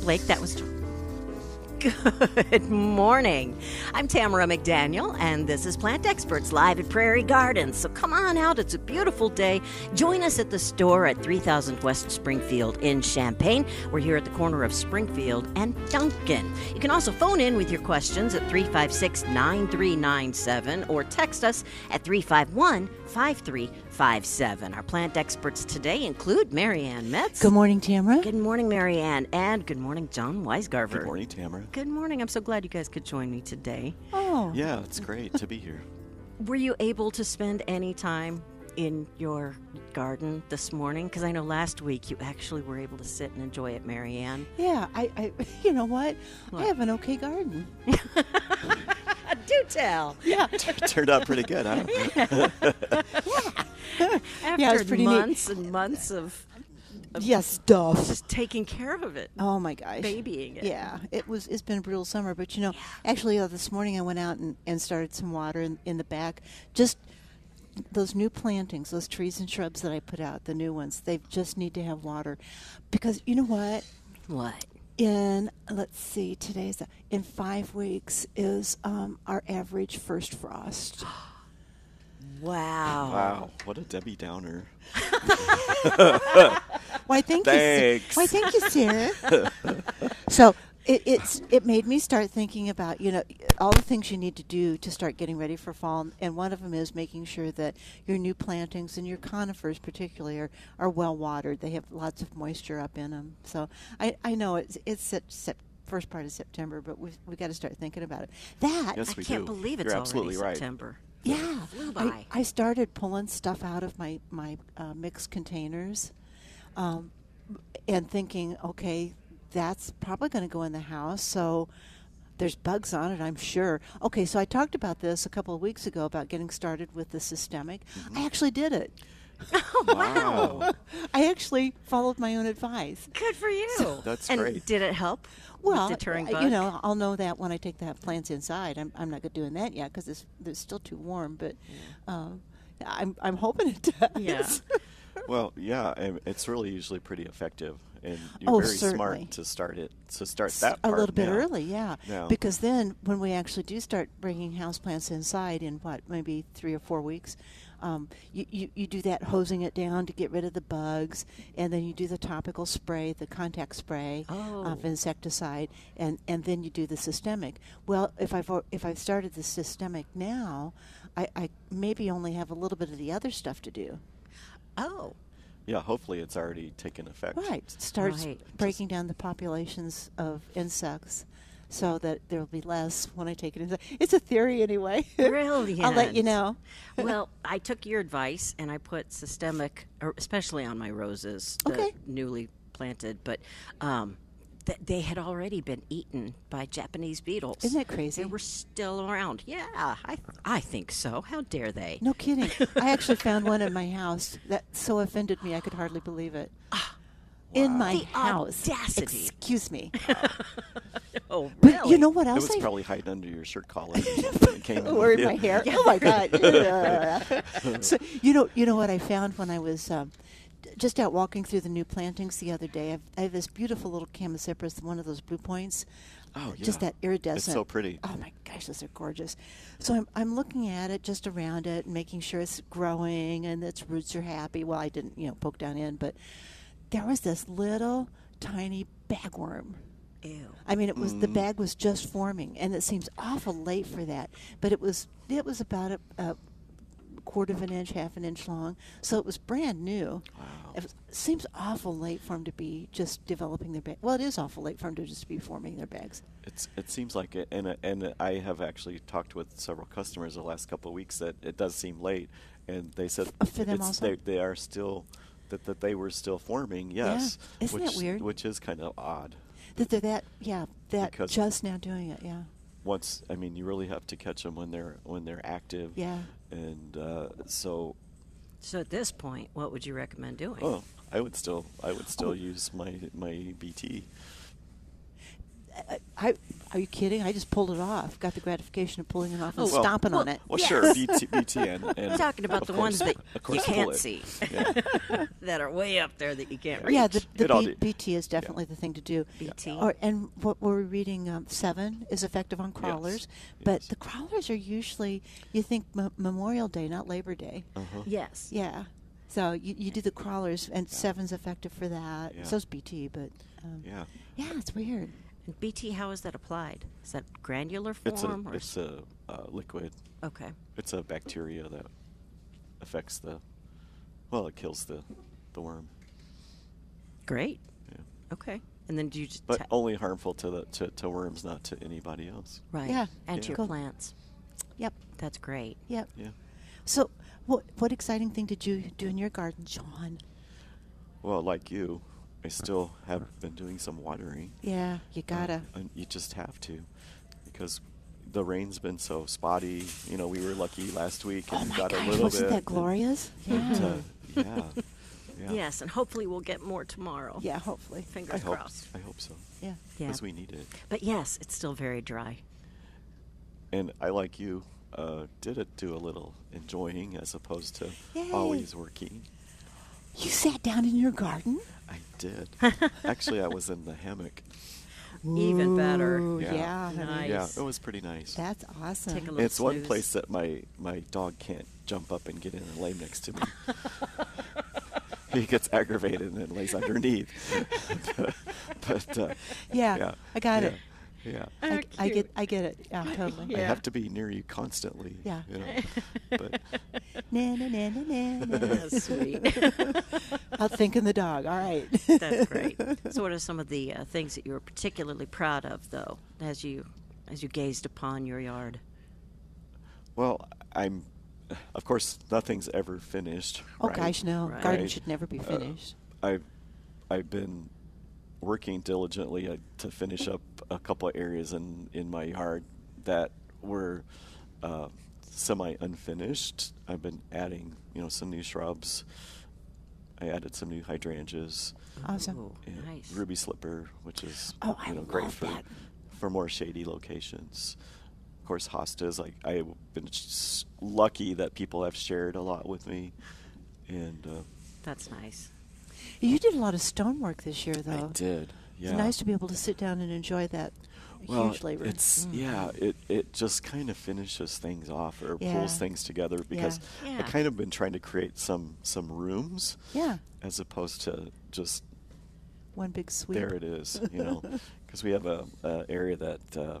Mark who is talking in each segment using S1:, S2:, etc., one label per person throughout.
S1: Blake, that was. Good morning. I'm Tamara McDaniel, and this is Plant Experts live at Prairie Gardens. So come on out, it's a beautiful day. Join us at the store at 3000 West Springfield in Champaign. We're here at the corner of Springfield and Duncan. You can also phone in with your questions at 356 9397 or text us at 351 5357. Our plant experts today include Marianne Metz.
S2: Good morning, Tamara.
S1: Good morning, Marianne, and good morning, John Weisgarver.
S3: Good morning, Tamara.
S1: Good morning. I'm so glad you guys could join me today.
S2: Oh,
S3: Yeah, it's great to be here.
S1: Were you able to spend any time in your garden this morning? Because I know last week you actually were able to sit and enjoy it, Marianne.
S2: yeah. I, I you know what?
S1: What?
S2: I have an okay garden.
S1: Do tell.
S2: Yeah,
S3: Turned out pretty good, huh?
S1: After
S2: it's pretty neat.
S1: months and months of
S2: yes, stuff.
S1: just taking care of it,
S2: Oh my gosh.
S1: babying it.
S2: Yeah, it was. It's been a brutal summer, but you know, actually, uh, this morning I went out and, and started some water in, in the back. Just those new plantings, those trees and shrubs that I put out, the new ones, they just need to have water, because you know what?
S1: What?
S2: in let's see today's in five weeks is um, our average first frost Oh.
S1: Wow.
S3: Wow, what a Debbie Downer.
S2: why thank you
S3: Thanks.
S2: sir. why thank you sir so it, it's it made me start thinking about you know all the things you need to do to start getting ready for fall and one of them is making sure that your new plantings and your conifers particularly are, are well watered they have lots of moisture up in them so i, I know it's it's sep- sep- first part of september but we've, we've got to start thinking about it that
S3: Yes,
S1: I
S3: we
S1: can't
S3: do.
S1: believe it's
S3: You're
S1: already
S3: absolutely right.
S1: September.
S2: Yeah,
S1: Flew by.
S2: I, I started pulling stuff out of my my uh, mixed containers, um, and thinking, okay, that's probably going to go in the house. So there's bugs on it, I'm sure. Okay, so I talked about this a couple of weeks ago about getting started with the systemic.
S1: Mm-hmm.
S2: I actually did it. Oh,
S3: Wow.
S2: I actually followed my own advice.
S1: Good for you.
S3: That's
S1: and
S3: great.
S1: Did it help? with
S2: Well,
S1: deterring
S2: uh,
S1: bug?
S2: you know, I'll know that when I take the plants inside. I'm, I'm not good doing that yet because it's, it's still too warm. But um, I'm I'm hoping it does.
S1: Yeah.
S3: well, yeah, and it's really usually pretty effective, and you're
S2: Oh,
S3: very
S2: certainly.
S3: smart to start it to start
S2: s-
S3: that
S2: a
S3: part
S2: little bit
S3: now.
S2: early, yeah.
S3: Yeah.
S2: Because then when we actually do start bringing houseplants inside in what maybe three or four weeks, um, you, you you do that hosing it down to get rid of the bugs, and then you do the topical spray, the contact spray
S1: Oh.
S2: of insecticide, and, and then you do the systemic. Well, if I've al- if I've started the systemic now, I, I maybe only have a little bit of the other stuff to do.
S1: Oh.
S3: Yeah, hopefully it's already taken effect.
S2: Right. Starts
S1: Right.
S2: breaking down the populations of insects so that there'll be less when I take it inside. It's a theory anyway. I'll let you
S1: Brilliant.
S2: know.
S1: well, I took your advice and I put systemic, or especially on my roses, the
S2: Okay.
S1: newly planted, but um, th- they had already been eaten by Japanese beetles.
S2: Isn't that crazy?
S1: They were still around. Yeah, I, I think so. How dare they?
S2: No kidding. I actually found one in my house that so offended me I could hardly believe it. In my
S1: Ah. The
S2: house.
S1: audacity.
S2: Excuse me.
S1: Oh, really?
S2: But you know what
S3: It
S2: else
S3: was
S2: I
S3: probably hiding under your shirt collar. or something when it came in.
S2: or in
S3: Yeah.
S2: my hair. Oh my god! so you know, you know what I found when I was um, d- just out walking through the new plantings the other day. I've, I have this beautiful little camassipris, one of those blue points.
S3: Oh,
S2: Just
S3: yeah.
S2: that iridescent.
S3: It's so pretty.
S2: Oh my gosh, those are gorgeous. So I'm, I'm looking at it, just around it, and making sure it's growing and its roots are happy. Well, I didn't, you know, poke down in, but there was this little tiny bagworm.
S1: Ew.
S2: I mean, it was
S3: Hmm.
S2: the bag was just forming, and it seems awful late for that. But it was it was about a, a quarter of an inch, half an inch long, so it was brand new.
S3: Wow.
S2: It was, seems awful late for them to be just developing their bag. Well, it is awful late for them to just be forming their bags.
S3: It's, it seems like it, and and I have actually talked with several customers the last couple of weeks that it does seem late, and they said
S2: F- Oh, for them
S3: it's-
S2: also?
S3: they, they are still that, that they were still forming.
S2: Yeah.
S3: Yes,
S2: Isn't
S3: which,
S2: that weird?
S3: Which is kind of odd.
S2: That they're that yeah that
S3: Because-
S2: just now doing it. Yeah,
S3: Once I mean, you really have to catch them when they're when they're active.
S2: Yeah.
S3: and uh, so
S1: So at this point, what would you recommend doing?
S3: oh, I would
S2: Oh.
S3: still I would still use my my BT.
S2: Uh, I Are you kidding? I just pulled it off. Got the gratification of pulling it off and
S3: Oh, well,
S2: stomping on
S1: well,
S2: it.
S3: Well,
S1: Yes.
S3: sure, BT, BTN. And
S1: I'm talking about
S3: of
S1: the ones
S3: course-
S1: that
S3: of
S1: you
S3: course pull
S1: can't
S3: it.
S1: see,
S3: Yeah.
S1: that are way up there that you can't reach.
S2: Yeah, the, the
S3: It all
S2: B-
S3: did.
S2: BT is definitely the thing to do. Uh,
S1: BT.
S2: Or, and what we're reading, um, seven is effective on crawlers, but
S3: Yes.
S2: the crawlers are usually you think m- Memorial Day, not Labor Day.
S3: Oh. Uh-huh.
S1: yes.
S2: Yeah, so you, you do the crawlers, and seven's effective for that.
S3: Yeah.
S2: So's BT, but um,
S3: Yeah.
S2: yeah, it's weird.
S1: And BT, how is that applied? Is that granular form
S3: It's a,
S1: or
S3: it's a uh, liquid.
S1: okay?
S3: It's a bacteria that affects the, well, it kills the, the worm.
S1: Great.
S3: Yeah.
S1: Okay. And then do you just
S3: But
S1: ta-
S3: only harmful to, the, to, to worms, not to anybody else.
S1: right?
S2: Yeah.
S1: And to
S3: Yeah.
S1: your
S2: Cool.
S1: plants.
S2: Yep,
S1: That's great.
S2: yep.
S3: Yeah.
S2: So, what what exciting thing did you do in your garden, John?
S3: Well, like you, I still have been doing some watering.
S2: Yeah, you
S3: Uh,
S2: gotta.
S3: and you just have to, because the rain's been so spotty. You know, we were lucky last week and
S2: oh my
S3: got a
S2: gosh,
S3: little
S2: wasn't
S3: bit.
S2: that glorious?
S3: and,
S2: Yeah.
S3: uh, yeah. Yeah.
S1: Yes, and hopefully we'll get more tomorrow.
S2: yeah, hopefully.
S3: I
S1: Fingers
S3: hope.
S1: crossed.
S3: I hope so.
S2: Yeah.
S1: Yeah.
S3: Because we need it.
S1: But yes, it's still very dry.
S3: And I, like you, uh, did it do a little enjoying as opposed to always
S2: Yay.
S3: working.
S2: You sat down in your garden.
S3: I did. Actually, I was in the hammock.
S1: Even better.
S2: Ooh,
S3: Yeah.
S2: yeah. honey.
S1: Nice.
S3: Yeah, it was pretty nice.
S2: That's awesome.
S1: Take a look.
S3: it's one
S1: snooze.
S3: place that my, my dog can't jump up and get in and lay next to me. he gets aggravated and then lays underneath. but uh,
S2: Yeah, I got
S3: yeah,
S2: it.
S3: Yeah.
S2: I,
S4: Oh,
S2: I get,
S4: cute.
S2: I get it. Yeah, totally.
S3: I
S4: Yeah.
S3: have to be near you constantly.
S2: Yeah.
S3: You know? but
S2: Na, na, na, na, na, na.
S1: That's sweet.
S2: Out thinking the dog. All right.
S1: That's great. So, what are some of the uh, things that you were particularly proud of, though, as you as you gazed upon your yard?
S3: well, I'm of course nothing's ever finished.
S2: Oh
S3: right?
S2: gosh, no.
S1: Right.
S2: Garden
S3: Right.
S2: should never
S3: Uh,
S2: be finished.
S3: I've I've been working diligently uh, to finish up a couple of areas in in my yard that were uh, semi unfinished. I've been adding, you know, some new shrubs. I added some new hydrangeas,
S2: awesome.
S1: Ooh,
S3: and
S1: nice.
S3: ruby slipper, which is
S2: Oh, I
S3: you know great
S2: love
S3: for
S2: that.
S3: for more shady locations. Of course, hostas. Like I've been s- lucky that people have shared a lot with me, and uh,
S1: That's nice.
S2: You did a lot of stonework this year, though.
S3: I did. Yeah.
S2: It's nice to be able to sit down and enjoy that
S3: well,
S2: huge labor. Mm.
S3: It's yeah, it it just kind of finishes things off or
S2: Yeah.
S3: pulls things together because
S1: Yeah.
S3: I kind of been trying to create some some rooms
S2: yeah,
S3: as opposed to just
S2: one big sweep.
S3: there it is, you know, because we have a, a area that uh,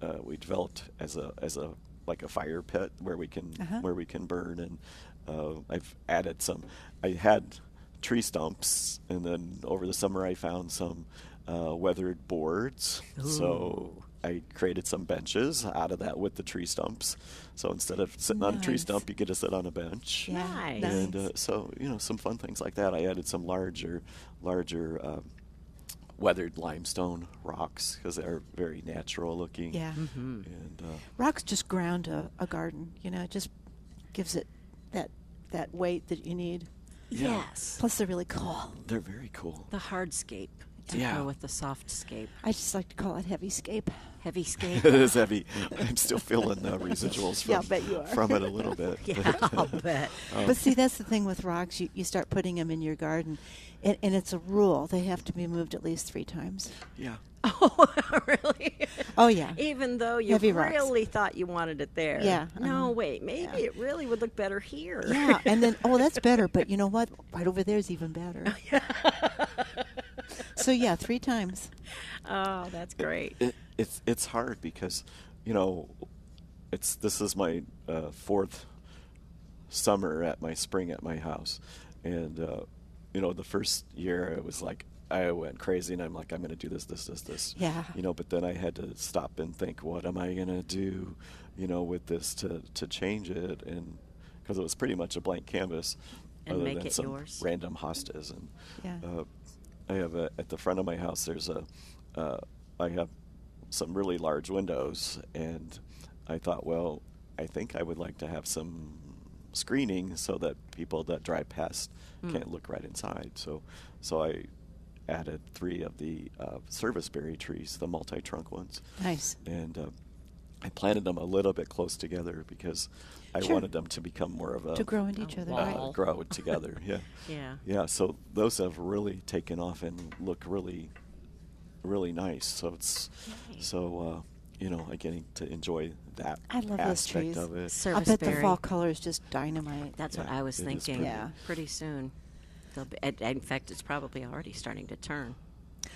S3: uh, we developed as a as a like a fire pit where we can
S2: Uh-huh.
S3: where we can burn, and uh, I've added some. I had tree stumps, and then over the summer I found some uh, weathered boards, so. I created some benches out of that with the tree stumps. So instead of sitting on a tree
S2: Nice.
S3: stump, you get to sit on a bench.
S2: Yeah,
S1: Nice.
S3: And uh,
S2: nice.
S3: so you know, some fun things like that. I added some larger, larger um, weathered limestone rocks because they're very natural looking.
S2: yeah.
S1: Mm-hmm.
S3: And uh,
S2: Rocks just ground a, a garden, you know, it just gives it that that weight that you need.
S3: Yeah.
S1: Yes.
S2: Plus, they're really cool.
S3: they're very cool.
S1: The hardscape to
S3: Yeah.
S1: go with the softscape.
S2: I just like to call it heavyscape.
S3: it
S1: Heavyscape.
S3: is heavy. I'm still feeling the residuals from,
S2: Yeah, I bet you are.
S3: from it a little bit. Um,
S1: yeah, I'll bet.
S2: But see, that's the thing with rocks. You, you start putting them in your garden, and, and it's a rule. They have to be moved at least three times.
S3: yeah.
S1: Oh, really?
S2: Oh, yeah.
S1: Even though you
S2: Heavy rocks.
S1: really thought you wanted it there.
S2: Yeah,
S1: No,
S2: uh-huh.
S1: wait. Maybe
S2: Yeah.
S1: it really would look better here.
S2: Yeah, and then, oh, that's better. But you know what? Right over there is even
S1: Oh,
S3: Oh,
S2: better. so, yeah, three times.
S1: oh, that's great.
S3: It, it's it's hard because, you know, it's this is my uh, fourth summer at my spring at my house, and uh, you know the first year it was like I went crazy and I'm like I'm going to do this this this this.
S2: Yeah.
S3: You know, but then I had to stop and think, what am I going to do, you know, with this to to change it and because it was pretty much a blank canvas.
S1: And
S3: other
S1: make
S3: than
S1: it
S3: some
S1: yours.
S3: random hostas and
S2: Yeah.
S3: uh, I have a, at the front of my house. There's a, uh, I have some really large windows, and I thought, well, I think I would like to have some
S2: Hmm.
S3: screening so that people that drive past can't look right inside. So, so I added three of the uh, service berry trees, the multi trunk ones.
S2: Nice.
S3: And uh, I planted them a little bit close together because I
S2: Sure.
S3: wanted them to become more of a
S2: to grow into
S1: Oh,
S2: each other,
S1: wow.
S2: right?
S3: uh, grow together. Yeah.
S1: Yeah.
S3: Yeah. So those have really taken off and look really, really nice. So it's
S1: Yay.
S3: so uh, you know I getting to enjoy that
S2: I love those
S3: aspect
S2: trees.
S3: of it.
S1: Cer-
S2: I bet the
S1: Serviceberry.
S2: fall color is just dynamite.
S1: That's what
S3: Yeah,
S1: I was
S3: it is
S1: thinking.
S3: pretty.
S2: Yeah.
S1: Pretty soon. They'll be, and- and in fact, it's probably already starting to turn.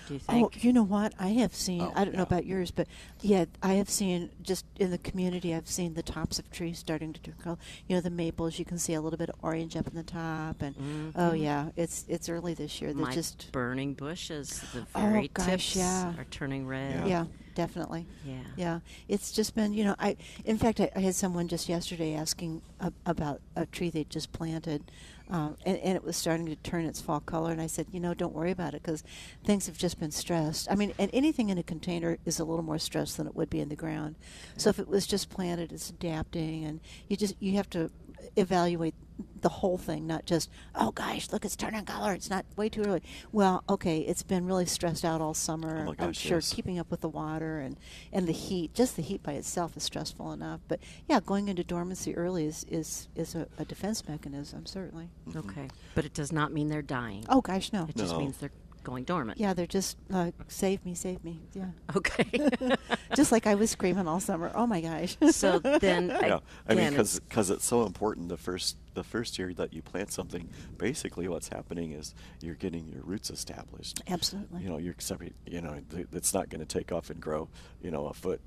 S1: Do you think?
S2: Oh, you know what? I have seen.
S3: Oh,
S2: I don't
S3: yeah.
S2: know about yours, but yeah, I have seen just in the community. I've seen the tops of trees starting to turn color. You know, the maples. You can see a little bit of orange up in the top, and oh
S1: Mhm.
S2: yeah, it's it's early this year. They're
S1: My
S2: just
S1: burning bushes, the
S2: Oh,
S1: very
S2: gosh,
S1: tips
S2: yeah.
S1: are turning red.
S3: Yeah.
S2: yeah. definitely.
S1: Yeah.
S2: Yeah, it's just been you know I. In fact, I, I had someone just yesterday asking a, about a tree they just planted, um, and, and it was starting to turn its fall color. And I said, you know, don't worry about it because things have just been stressed. I mean, and anything in a container is a little more stressed than it would be in the ground. So if it was just planted, it's adapting, and you just you have to evaluate the whole thing, not just oh gosh, look, it's turning color. It's not way too early. Well, okay, it's been really stressed out all summer.
S3: Oh my
S2: I'm
S3: gosh,
S2: sure
S3: yes.
S2: keeping up with the water and, and the heat. Just the heat by itself is stressful enough. But yeah, going into dormancy early is is, is a, a defense mechanism certainly.
S1: Okay. But it does not mean they're dying.
S2: Oh gosh, no.
S1: It just
S3: No.
S1: means they're going dormant.
S2: Yeah, they're just uh, save me, save me. Yeah,
S1: Okay.
S2: just like I was screaming all summer. Oh my gosh.
S1: so then,
S3: yeah, I mean,
S1: again, it's-
S3: because it's so important. The first the first year that you plant something, basically, what's happening is you're getting your roots established.
S2: Absolutely.
S3: You know, you're accepting. You know, th- it's not going to take off and grow. You know, a foot,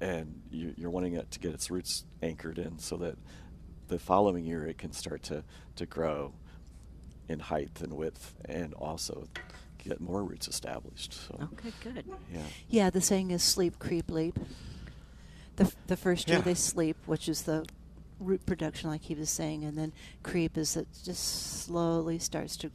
S3: and you, you're wanting it to get its roots anchored in, so that the following year it can start to to grow in height and width, and also get more roots established. So,
S1: Okay, good.
S3: yeah.
S2: Yeah, the saying is sleep, creep, leap. The, f- the first year
S3: Yeah.
S2: they sleep, which is the root production, like he was saying, and then creep is it just slowly starts to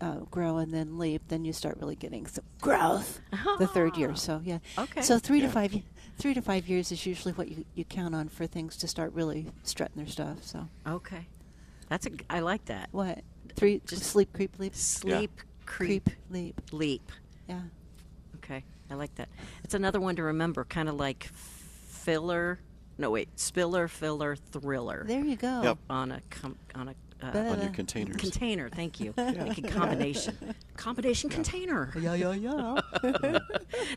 S2: uh, grow and then leap. Then you start really getting some growth the third
S1: Ah.
S2: year. So yeah,
S1: Okay.
S2: So three
S3: Yeah.
S2: to five, y- three to five years is usually what you, you count on for things to start really strutting their stuff. So
S1: Okay. That's a. g- I like that.
S2: what three
S1: Just-
S2: sleep, creep, leap,
S1: Sleep, creep,
S2: leap.
S1: leap.
S2: Yeah,
S1: Okay, I like that. It's another one to remember, kind of like filler. No, wait, spiller, filler, thriller.
S2: there you go.
S3: Yep.
S1: on a com- on a uh,
S2: Better.
S3: On your
S2: Uh,
S3: containers.
S1: container. Thank you.
S2: Yeah.
S1: Like a combination, combination container.
S2: Yeah, yeah, yeah.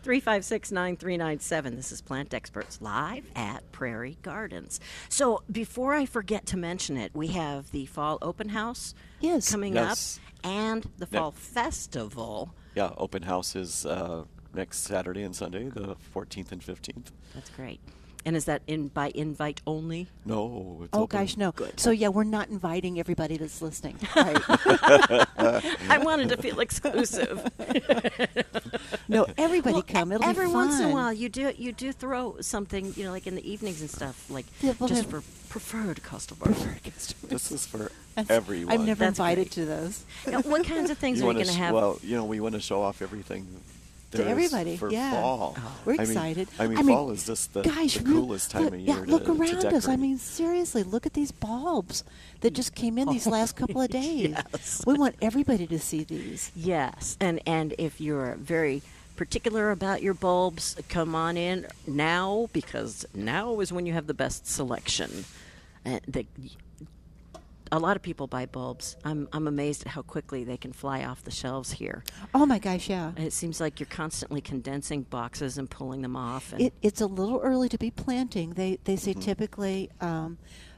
S1: Three five six nine three nine seven. This is Plant Experts live at Prairie Gardens. So before I forget to mention it, we have the fall open house
S2: Yes.
S1: coming
S3: Yes.
S1: up, and the fall festival.
S3: Yeah, open house is uh, next Saturday and Sunday, the 14th and 15th.
S1: That's great. And is that in by invite only?
S3: No, it's
S2: Oh
S3: open.
S2: gosh, no. So yeah, we're not inviting everybody that's listening. Right.
S1: I wanted to feel exclusive.
S2: no, everybody
S1: Well,
S2: come.
S1: e-
S2: It'll
S1: every
S2: be fun.
S1: once in a while you do you do throw something you know like in the evenings and stuff like
S2: Yeah, we'll
S1: just
S2: have-
S1: for preferred customers.
S2: Preferred customers.
S3: This is for everyone.
S2: I'm never
S1: That's
S2: invited
S1: great.
S2: to those.
S1: Now, what kinds of things
S3: you
S1: are you
S3: wanna
S1: going
S3: sh-
S1: have?
S3: Well, you know, we want to show off everything.
S2: To
S3: there is
S2: everybody,
S3: for
S2: yeah. Oh,
S3: fall.
S2: We're
S3: I mean-
S2: excited.
S3: I mean, fall is just the,
S2: gosh,
S3: the
S2: we-
S3: coolest time
S2: look-
S3: of
S2: yeah,
S3: year.
S2: look
S3: to, to
S2: around us. I
S3: decorate.
S2: mean, seriously, look at these bulbs that just came in these last couple of days.
S1: Yes.
S2: We want everybody to see these.
S1: yes, and and if you're very particular about your bulbs, come on in now because now is when you have the best selection. And the, a lot of people buy bulbs. I'm I'm amazed at how quickly they can fly off the shelves here.
S2: Oh my gosh, yeah.
S1: And it seems like you're constantly condensing boxes and pulling them off. And
S2: It, it's a little early to be planting. They they
S3: Mm-hmm.
S2: say typically um,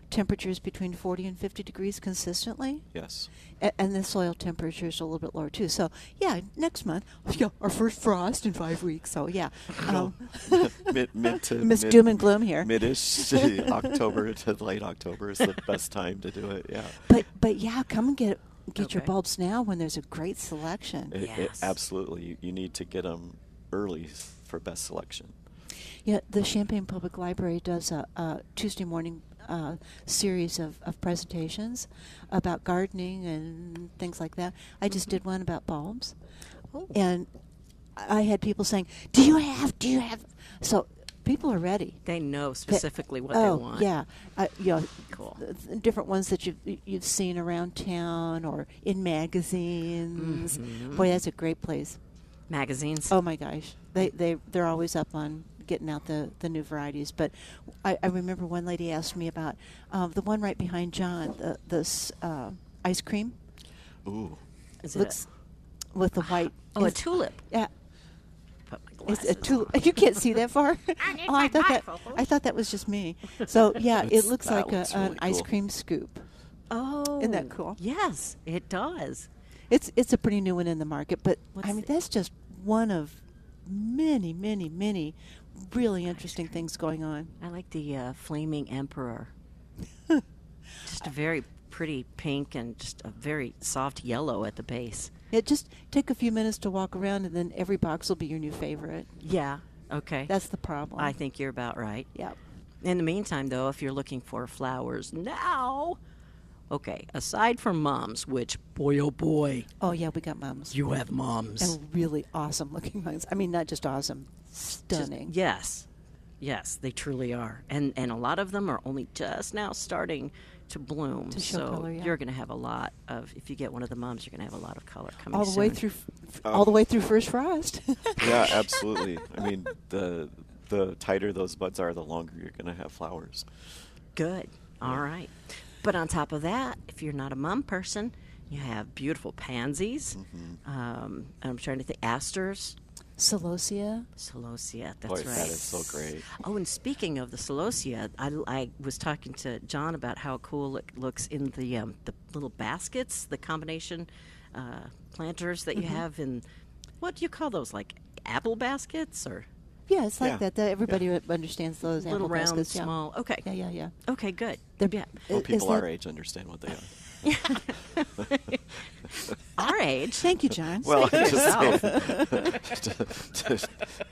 S2: temperatures between 40 and 50 degrees consistently.
S3: yes.
S2: A- and the soil temperature is a little bit lower too. So yeah, next month, yeah, our first frost in five weeks. So yeah, um,
S3: mid, mid to
S2: Miss
S3: mid,
S2: Doom and Gloom here.
S3: Mid-ish October to late October is the best time to do it. Yeah.
S2: but but yeah, come and get get your
S1: Okay.
S2: bulbs now when there's a great selection.
S3: It- it-
S1: Yes.
S3: absolutely. You, you need to get them early s- for best selection.
S2: Yeah, the Champaign Public Library does a, a Tuesday morning uh, series of, of presentations about gardening and things like that. I just
S1: Mm-hmm.
S2: did one about bulbs,
S1: Oh.
S2: and I had people saying, "Do you have? Do you have?" So people are ready.
S1: They know specifically what
S2: oh,
S1: they want.
S2: yeah, uh, you know,
S1: Cool.
S2: th- th- different ones that you've you've seen around town or in magazines.
S1: Mm-hmm.
S2: Boy, that's a great place.
S1: Magazines.
S2: Oh my gosh, they they they're always up on getting out the the new varieties. But I, I remember one lady asked me about um, the one right behind John, the this uh, ice cream
S3: Ooh.
S1: Is it a-
S2: looks with the white.
S1: oh, a
S2: it's-
S1: tulip.
S2: Yeah,
S1: Put my
S2: it's
S1: glasses
S2: a tulip.
S1: on.
S2: You can't see that far.
S4: I need
S2: oh,
S4: my
S2: I thought that
S4: bifocals.
S2: I thought that was just me. So yeah, it
S3: That's-
S2: looks
S3: that
S2: like a,
S3: looks
S2: an
S3: really
S2: ice
S3: cool.
S2: cream scoop.
S1: Oh,
S2: Isn't that cool?
S1: Yes, it does.
S2: It's it's a pretty new one in the market, but
S1: What's
S2: I mean
S1: the-
S2: that's just one of many, many, many really interesting things going on.
S1: I like the uh, flaming emperor. just a very pretty pink and just a very soft yellow at the base.
S2: Yeah, just take a few minutes to walk around, and then every box will be your new favorite.
S1: Yeah. Okay.
S2: That's the problem.
S1: I think you're about right.
S2: Yeah.
S1: In the meantime, though, if you're looking for flowers now, okay, aside from mums, which boy oh boy,
S2: Oh yeah, we got mums.
S1: you have mums.
S2: and really awesome looking ones. I mean, not just awesome,
S1: Just-
S2: stunning.
S1: yes. Yes, they truly are. And and a lot of them are only just now starting to bloom.
S2: To show
S1: so
S2: color, yeah.
S1: you're going to have a lot of if you get one of the mums, you're going to have a lot of color coming
S2: all the way
S1: soon.
S2: through, f- f- all the way through first frost.
S3: Oh. Yeah, absolutely. I mean, the the tighter those buds are, the longer you're going to have flowers.
S1: Good. All right. But on top of that, if you're not a mum person, you have beautiful pansies.
S3: Mm-hmm.
S1: Um, I'm trying to think asters,
S2: Celosia.
S1: celosia. That's
S3: Boy,
S1: right.
S3: that is so great.
S1: Oh, and speaking of the celosia, I, I was talking to John about how cool it looks in the um, the little baskets, the combination uh, planters that you have in what do you call those? Like apple baskets or
S2: Yeah, it's like
S3: Yeah.
S2: that. that everybody understands those
S1: little
S2: apple
S1: round,
S2: baskets, yeah.
S1: small? Okay.
S2: Yeah, yeah, yeah.
S1: Okay. Good.
S2: They're-
S1: yeah.
S3: Well,
S2: Is- is
S3: people
S2: that-
S3: our age understand what they are.
S1: Our age.
S2: Thank you, John.
S3: Well,
S1: Speak
S3: I'm
S1: for
S3: just saying.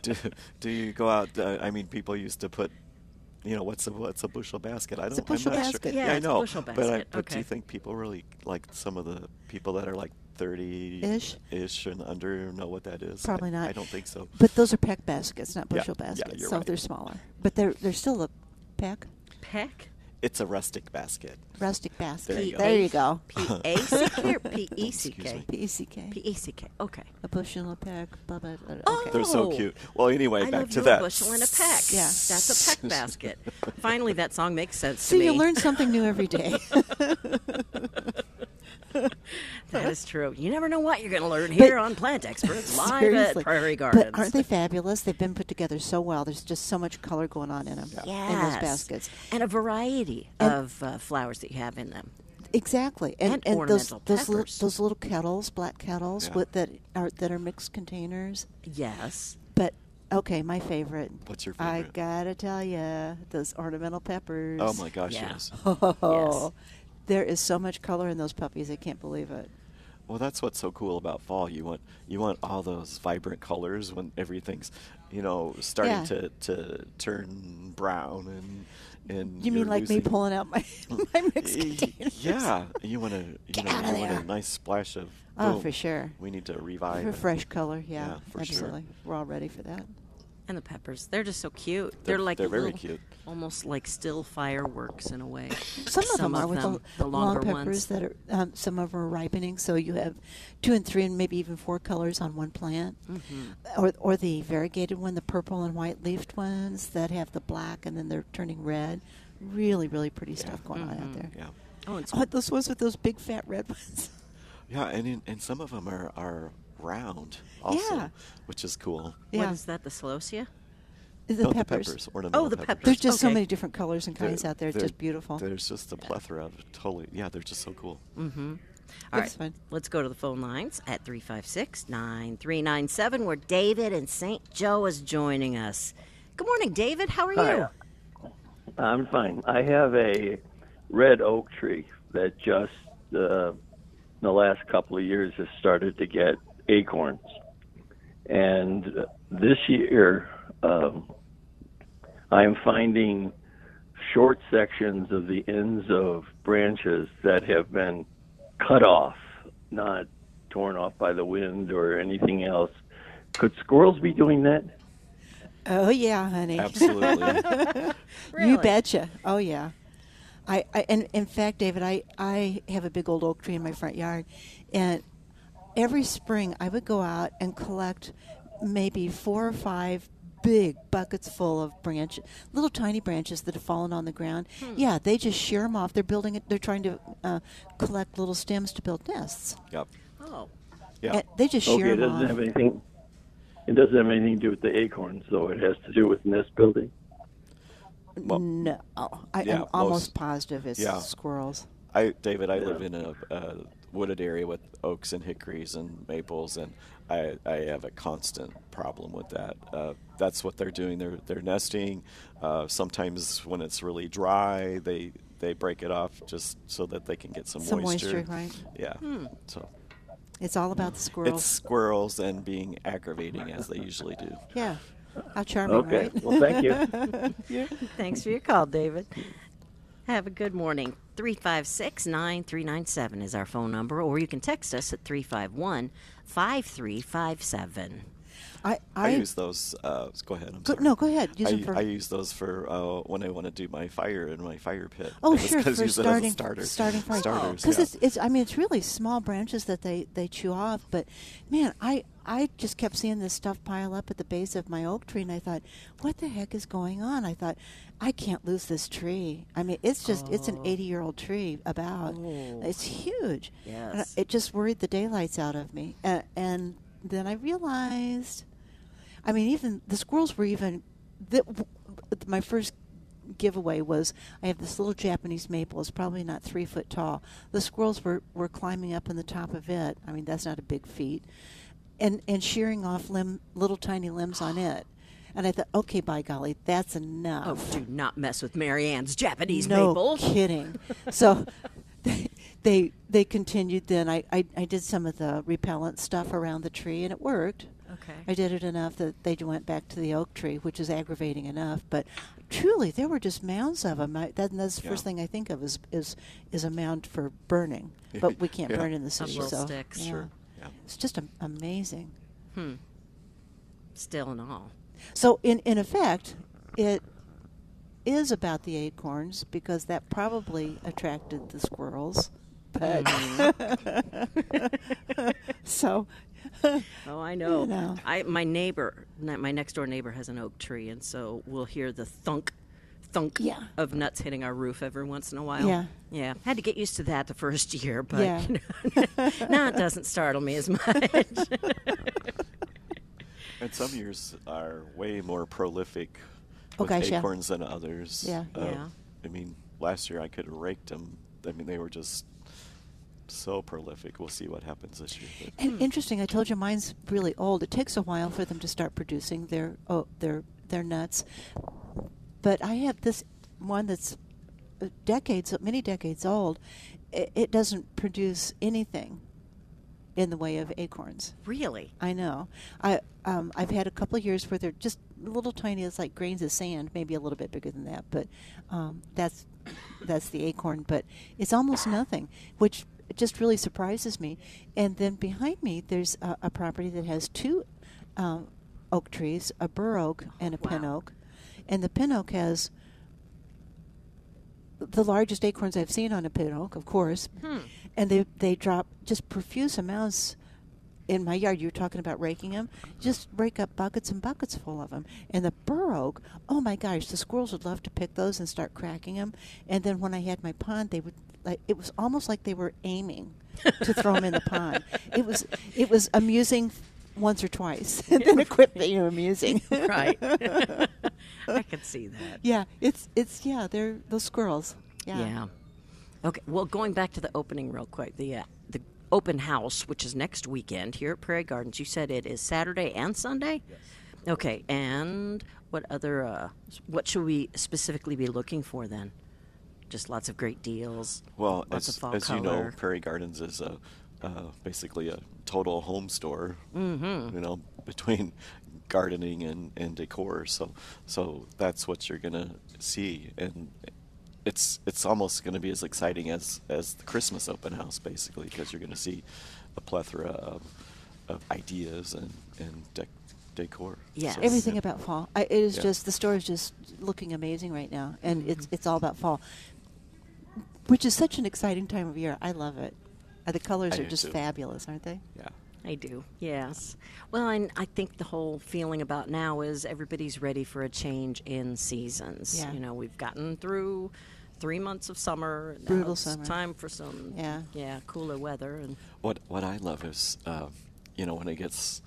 S3: do, do- do you go out? Uh, I mean, people used to put, you know, what's a what's a bushel basket? I don't.
S2: a bushel
S3: I'm not
S2: basket.
S3: Sure.
S1: Yeah,
S3: I
S1: it's a
S3: know.
S1: bushel
S3: But, I,
S1: basket.
S3: but do
S1: Okay.
S3: you think people really like some of the people that are like thirty
S2: Ish?
S3: ish and under know what that is? I-
S2: Probably not.
S3: I don't think so.
S2: But those are peck baskets, not
S3: Yeah,
S2: bushel
S3: yeah,
S2: baskets.
S3: you're
S2: so
S3: right.
S2: they're smaller, but they're they're still a peck
S1: Peck.
S3: It's a rustic basket.
S2: rustic basket.
S3: There you go.
S2: There you go.
S1: P A C K or P E C
S3: Excuse
S1: K?
S3: me.
S2: P E C K.
S1: P E C K. Okay.
S2: A bushel, a peck. Blah blah. blah. Okay.
S1: Oh.
S3: They're so
S1: Oh.
S3: cute. Well,
S1: I
S3: anyway, back
S1: love
S3: to
S1: you
S3: that.
S1: a bushel and a peck.
S2: Yeah.
S1: That's a peck basket. Finally, that song makes sense
S2: See,
S1: to me.
S2: you learn something new every day.
S1: That is true. You never know what you're going to learn here on Plant Experts live at
S2: Seriously.
S1: Prairie Gardens.
S2: But aren't they fabulous? They've been put together so well. There's just so much color going on in them.
S1: Yes.
S2: In those baskets.
S1: And a variety
S2: And-
S1: of uh, flowers that you have in them.
S2: Exactly. And,
S1: And
S2: those
S1: ornamental
S2: those little,
S1: peppers.
S2: those little kettles, black kettles
S3: Yeah.
S2: with that are that are mixed containers.
S1: Yes.
S2: But okay, my favorite.
S3: What's your
S2: I
S3: favorite?
S2: got to tell you, those ornamental peppers.
S3: Oh my gosh,
S1: Yeah.
S3: yes.
S2: Oh, There is so much color in those puppies. I can't believe it.
S3: Well, that's what's so cool about fall. You want you want all those vibrant colors when everything's, you know, starting
S2: Yeah.
S3: to, to turn brown and and
S2: You mean
S3: you're
S2: like me
S3: losing- Mm.
S2: pulling out my, my mixed
S3: Y-
S2: containers?
S3: Yeah, you want to you
S2: Get
S3: know
S2: out of
S3: you want
S2: there.
S3: a nice splash of
S2: Oh,
S3: boom,
S2: for sure.
S3: We need to revive
S2: For
S3: it.
S2: fresh color, yeah,
S3: Yeah, for sure.
S2: absolutely. We're all ready for that.
S1: And the peppers. They're just so cute. They're,
S3: They're-
S1: like
S3: they're very
S1: little-
S3: cute.
S1: Almost like still fireworks in a way.
S2: Some of them are with
S1: them,
S2: the,
S1: the longer
S2: long peppers
S1: ones.
S2: that are. Um, some of them are ripening, so you have two and three and maybe even four colors on one plant,
S1: Mm. Mm-hmm.
S2: or or the variegated one, the purple and white leafed ones that have the black and then they're turning red. Really, really pretty stuff going on out there.
S3: Yeah,
S1: oh, it's
S2: Oh, those ones with those big fat red ones.
S3: yeah, and in, and some of them are are round also,
S2: Yeah.
S3: which is cool.
S2: yeah,
S1: what is that? The celosia?
S2: the
S3: No, the
S2: peppers.
S3: peppers, ornamental
S1: the
S3: peppers.
S2: There's just so
S1: Okay.
S2: many different colors and kinds out there. It's just beautiful. Mm-hmm.
S3: There's just a plethora of totally. Yeah, they're just so cool.
S1: All
S2: That's fine.
S1: Let's go to the phone lines at 356 9397, where David and St. Joe is joining us. Good morning, David. How are
S5: Hi.
S1: you?
S5: I'm fine. I have a red oak tree that just uh, in the last couple of years has started to get acorns. And uh, this year, um, I'm finding short sections of the ends of branches that have been cut off, not torn off by the wind or anything else. Could squirrels be doing that?
S2: Oh yeah, honey.
S3: Absolutely.
S2: You
S1: Really?
S2: betcha. Oh yeah. I, I and in fact, David, I I have a big old oak tree in my front yard, and every spring I would go out and collect maybe four or five big buckets full of branch little tiny branches that have fallen on the ground
S1: Hmm.
S2: yeah they just shear them off they're building it they're trying to uh, collect little stems to build nests
S3: yep.
S1: Oh,
S3: Yeah.
S2: And they just
S5: Okay,
S2: shear
S5: it
S2: them
S5: doesn't
S2: off
S5: have anything. It doesn't have anything to do with the acorns, though. It has to do with nest building.
S3: Well,
S2: no I,
S3: Yeah,
S2: i'm almost
S3: most-
S2: positive it's
S3: yeah.
S2: squirrels
S3: I, David, I live in a, a wooded area with oaks and hickories and maples, and I, I have a constant problem with that. Uh, that's what they're doing. They're they're nesting. Uh, sometimes when it's really dry, they they break it off just so that they can get some,
S2: Some
S3: moisture.
S2: moisture, right. Hmm.
S3: Yeah. So
S2: it's all about the squirrels
S3: it's squirrels and being aggravating as they usually do.
S2: Yeah. How charming,
S5: Okay.
S2: right?
S5: Well, thank you.
S1: thanks for your call, David. Have a good morning. 356 9397 is our phone number, or you can text us at 351 5357.
S2: I,
S3: I,
S2: I,
S3: use those. Uh, go ahead. I'm
S2: Go-
S3: sorry.
S2: no, go ahead. Use
S3: I,
S2: them for-
S3: I use those for uh, when I want to do my fire in my fire pit.
S2: Oh,
S3: I just
S2: sure.
S3: kinda
S2: For
S3: use it
S2: starting,
S3: as a starter.
S2: starting point.
S3: starters.
S2: Because
S3: yeah.
S2: it's, it's, I mean, it's really small branches that they, they chew off. But man, I, I just kept seeing this stuff pile up at the base of my oak tree, and I thought, what the heck is going on? I thought, I can't lose this tree. I mean, it's just, it's
S3: Oh.
S2: an 80 year old tree, about. It's huge. And I-
S1: Yes.
S2: it just worried the daylights out of me. Uh, and then I realized. I mean, even the squirrels were even. The, w- my first giveaway was I have this little Japanese maple. It's probably not three foot tall. The squirrels were, were climbing up on the top of it. I mean, that's not a big feat. And, and shearing off limb, little tiny limbs on it. And I thought, okay, by golly, that's enough.
S1: Oh, do not mess with Marianne's Japanese
S2: no
S1: maple.
S2: kidding. so they, they they continued. Then I, I I did some of the repellent stuff around the tree, and it worked.
S1: Okay.
S2: I did it enough that they went back to the oak tree, which is aggravating enough. But truly, there were just mounds of them. I, that, that's the first
S3: Yeah.
S2: thing I think of is is is a mound for burning, but we can't
S3: Yeah.
S2: burn in the
S1: Some
S2: city.
S1: little
S2: so
S1: sticks.
S2: yeah.
S1: Sure.
S3: Yeah.
S2: it's just am- amazing.
S1: Hmm. Still and all.
S2: So in in effect, it is about the acorns because that probably attracted the squirrels. But
S1: Hmm.
S2: so
S1: Oh, I know.
S2: You know.
S1: I my neighbor, ne- my next door neighbor has an oak tree, and so we'll hear the thunk, thunk
S2: Yeah.
S1: of nuts hitting our roof every once in a while.
S2: Yeah.
S1: yeah. Had to get used to that the first year, but
S2: Yeah.
S1: you know, now it doesn't startle me as much.
S3: And some years are way more prolific
S2: Oh,
S3: with
S2: gosh, yeah.
S3: acorns than others. Uh,
S2: Yeah.
S1: Yeah.
S3: I mean, last year I could have raked them. I mean, they were just so prolific. We'll see what happens this year. but-
S2: and interesting, I told you mine's really old. It takes a while for them to start producing their oh, their their nuts. But I have this one that's uh, decades, many decades old. It, it doesn't produce anything in the way of acorns.
S1: really?
S2: I know. I um, I've had a couple of years where they're just little tiny. It's like grains of sand, maybe a little bit bigger than that. But um, that's that's the acorn. But it's almost nothing, which just really surprises me. And then behind me, there's a, a property that has two um, oak trees: a bur oak and a pin
S1: Wow.
S2: oak. And the pin oak has the largest acorns I've seen on a pin oak, of course, and they they drop just profuse amounts in my yard. You were talking about raking them, just rake up buckets and buckets full of them. And the bur oak, oh my gosh, the squirrels would love to pick those and start cracking them. And then when I had my pond, they would like it was almost like they were aiming to throw them in the pond. It was it was amusing once or twice, and then it quit being amusing.
S1: Right. I could see that.
S2: yeah, it's it's yeah, they're those squirrels.
S1: Yeah. Okay. Well, going back to the opening real quick, the uh, the open house, which is next weekend here at Prairie Gardens. You said it is Saturday and Sunday. Yes. Okay. And what other? Uh, what should we specifically be looking for then? Just lots of great deals.
S3: Well,
S1: lots
S3: as,
S1: of fall
S3: as you know,
S1: color.
S3: Prairie Gardens is a uh, basically a total home store. Mm-hmm. You know, between gardening and, and decor, so so that's what you're gonna see, and it's it's almost gonna be as exciting as as the Christmas open house, basically, because you're gonna see a plethora of, of ideas and and dec- decor.
S1: Yes.
S3: So,
S2: Everything
S3: yeah.
S2: about fall. I, it is
S3: Yeah. Mm-hmm.
S2: just the store is just looking amazing right now, and it's it's all about fall, which is such an exciting time of year. I love it. Uh, the colors
S3: I
S2: are
S3: do
S2: just
S3: too.
S2: fabulous, aren't they?
S3: Yeah.
S1: I do, yes. Well, and I think the whole feeling about now is everybody's ready for a change in seasons.
S2: Yeah.
S1: You know, we've gotten through three months of summer. Now
S2: Brutal
S1: it's
S2: summer.
S1: Time for some,
S2: Yeah.
S1: yeah, cooler weather and
S3: What what I love is, uh, you know, when it gets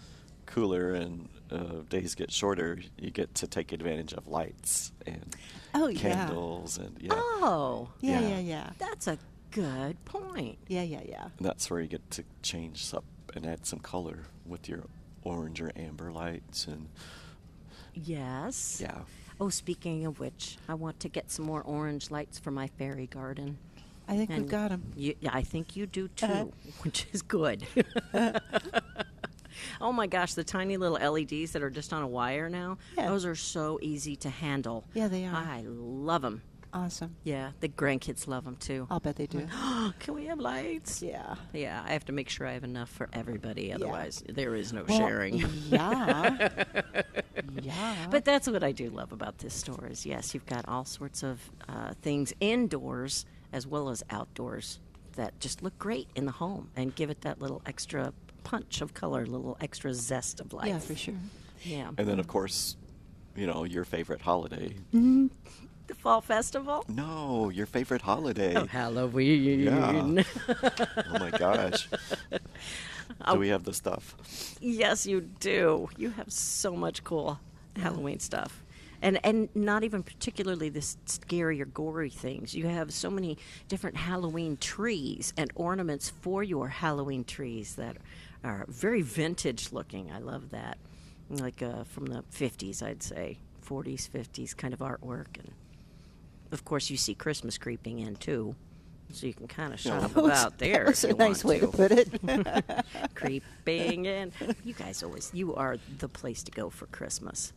S3: cooler and uh, days get shorter, you get to take advantage of lights and
S2: Oh, yeah.
S3: candles and yeah,
S1: oh,
S2: Yeah, yeah,
S3: Yeah.
S2: yeah,
S1: that's a good point.
S2: yeah, yeah, yeah.
S3: And that's where you get to change up and add some color with your orange or amber lights and
S1: Yes.
S3: yeah.
S1: Oh, speaking of which, I want to get some more orange lights for my fairy garden.
S2: I think
S1: And
S2: we've got them.
S1: You, yeah, I think you do too,
S2: Uh-huh.
S1: which is good. oh my gosh, the tiny little LEDs that are just on a wire now,
S2: Yeah.
S1: those are so easy to handle.
S2: Yeah, they are.
S1: I love them.
S2: Awesome.
S1: Yeah, the grandkids love them too.
S2: I'll bet they do.
S1: Can we have lights?
S2: yeah.
S1: Yeah, I have to make sure I have enough for everybody. Otherwise, there is no
S2: Well,
S1: sharing.
S2: yeah. yeah.
S1: But that's what I do love about this store is yes, you've got all sorts of uh, things indoors as well as outdoors that just look great in the home and give it that little extra punch of color, little extra zest of life.
S2: yeah, for sure.
S1: Yeah.
S3: And then of course, you know, your favorite holiday.
S1: Mm-hmm. The fall festival.
S3: No, your favorite holiday.
S1: Oh, Halloween.
S3: Yeah. oh my gosh.
S1: Oh,
S3: Do we have the stuff?
S1: Yes, you do. You have so much cool Halloween stuff. And, and not even particularly the s- scary or gory things. You have so many different Halloween trees and ornaments for your Halloween trees that are very vintage looking. I love that. Like uh, from the 50s, I'd say, 40s, 50s kind of artwork. And of course, you see Christmas creeping in too. So you can kind of shop
S2: That was-
S1: about there.
S2: That was
S1: if
S2: a
S1: you want
S2: nice way to
S1: to
S2: put it.
S1: creeping in. You guys always, you are the place to go for Christmas.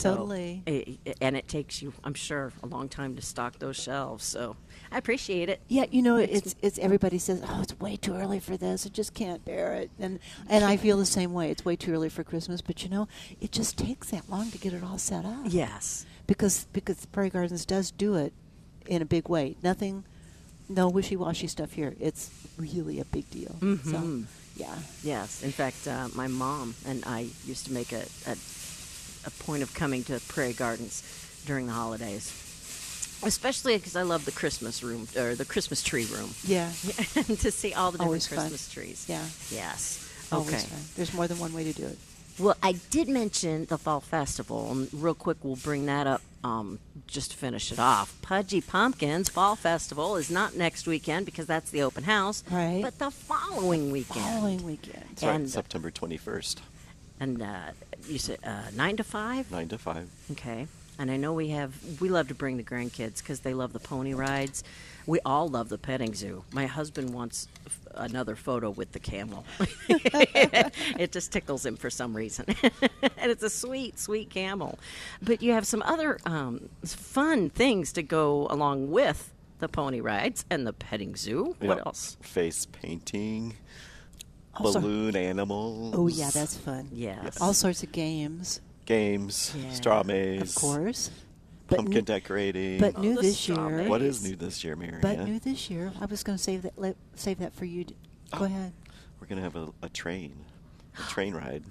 S2: Totally.
S1: eh, and it takes you, I'm sure, a long time to stock those shelves. So I appreciate it.
S2: Yeah, you know, it's it's everybody says, "Oh, it's way too early for this. I just can't bear it." And and I feel the same way. It's way too early for Christmas, but you know, it just takes that long to get it all set up.
S1: Yes.
S2: Because because Prairie Gardens does do it in a big way. Nothing no wishy-washy stuff here. It's really a big deal.
S1: Mm-hmm.
S2: So, yeah.
S1: Yes. In fact, uh, my mom and I used to make a, a, a point of coming to Prairie Gardens during the holidays. Especially because I love the Christmas room or the Christmas tree room,
S2: Yeah.
S1: and to see all the different
S2: Always fun.
S1: Christmas trees.
S2: Yeah.
S1: Yes.
S2: Always
S1: okay.
S2: fun. There's more than one way to do it.
S1: Well, I did mention the Fall Festival, and real quick, we'll bring that up um, just to finish it off. Pudgy Pumpkins Fall Festival is not next weekend because that's the open house,
S2: Right.
S1: but the following weekend.
S2: Following weekend.
S3: That's right,
S1: And-
S3: September 21st,
S1: And uh, you said uh, 9 to 5?
S3: 9 to 5.
S1: Okay. And I know we have, we love to bring the grandkids because they love the pony rides. We all love the petting zoo. My husband wants f- another photo with the camel. it just tickles him for some reason. and it's a sweet, sweet camel. But you have some other um, fun things to go along with the pony rides and the petting zoo. What
S3: Yeah.
S1: else?
S3: Face painting,
S2: Also-
S3: balloon animals.
S2: Oh, yeah, that's fun.
S1: Yes.
S2: All sorts of games,
S3: games,
S1: Yeah.
S3: straw maze,
S2: of course. But
S3: pumpkin
S2: new-
S3: decorating. Uh,
S2: But
S1: Oh,
S2: new
S1: the
S2: this
S1: straw
S2: year.
S1: man.
S3: what is new this year, Mary?
S2: But new this year, I was going to save that. Let, save that for you. to- Go
S3: Oh.
S2: ahead.
S3: We're gonna have a, a train, a train ride.